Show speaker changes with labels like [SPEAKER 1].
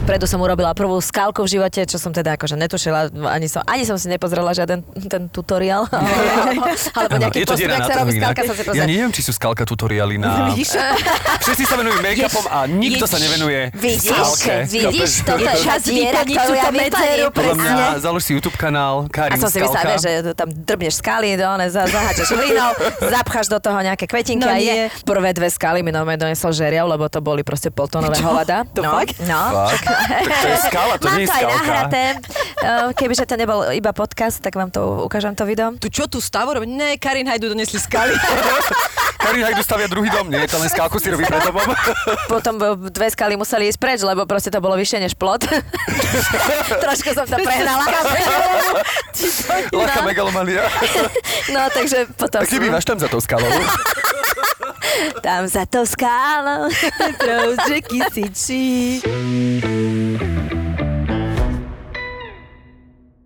[SPEAKER 1] predu som urobila prvú skalku v živote, čo som teda akože netušila, ani som, ani som si nepozrela žiaden ten tutoriál, ale- alebo
[SPEAKER 2] Áno,
[SPEAKER 1] nejaký postup, jak sa robí
[SPEAKER 2] inak.
[SPEAKER 1] skalka, som si
[SPEAKER 2] Ja
[SPEAKER 1] pozrela.
[SPEAKER 2] neviem, či sú skalka tutoriály na...
[SPEAKER 3] Vidíš?
[SPEAKER 2] Všetci sa venujú make-upom a nikto sa
[SPEAKER 3] Ježiš.
[SPEAKER 2] nevenuje
[SPEAKER 1] Vidíš,
[SPEAKER 2] skalke.
[SPEAKER 1] vidíš, toto je tá
[SPEAKER 3] Čas
[SPEAKER 1] diera,
[SPEAKER 3] vypadnúť
[SPEAKER 1] ktorú
[SPEAKER 3] túto
[SPEAKER 1] ja
[SPEAKER 3] medzeru,
[SPEAKER 1] vypadnem.
[SPEAKER 2] Podľa mňa
[SPEAKER 3] Presne.
[SPEAKER 2] založ si YouTube kanál
[SPEAKER 1] A
[SPEAKER 2] Karin
[SPEAKER 1] som si
[SPEAKER 2] Skalka.
[SPEAKER 1] myslela, vieš, že tam drbneš skaly, do one, za- zaháčaš hlinou, zapcháš do toho nejaké kvetinky
[SPEAKER 3] No
[SPEAKER 1] a je.
[SPEAKER 3] nie.
[SPEAKER 1] Prvé dve skaly mi normálne donesol žeriav, lebo to boli proste poltonové hovada.
[SPEAKER 3] To
[SPEAKER 1] no,
[SPEAKER 3] fakt?
[SPEAKER 1] no.
[SPEAKER 2] Fakt? Tak to je skala, to
[SPEAKER 1] Mám
[SPEAKER 2] nie je
[SPEAKER 1] to aj
[SPEAKER 2] skalka.
[SPEAKER 1] nahraté. Eh, Kebyže to nebol iba podcast, tak vám to ukážem to video.
[SPEAKER 3] Tu čo tu stavo robí? Ne, Karin Hajdu donesli skaly.
[SPEAKER 2] Karin Hajdu stavia druhý dom, nie, to len skalku si robí pred domom.
[SPEAKER 1] Potom b- dve skaly museli ísť preč, lebo proste to bolo vyššie než plot. Trošku som to prehnala.
[SPEAKER 2] Ľahká megalomania.
[SPEAKER 1] No, takže potom...
[SPEAKER 2] Tak ty
[SPEAKER 1] som-
[SPEAKER 2] bývaš tam za tou skalou.
[SPEAKER 1] Tam za tou skálou.
[SPEAKER 3] Proste kysičí.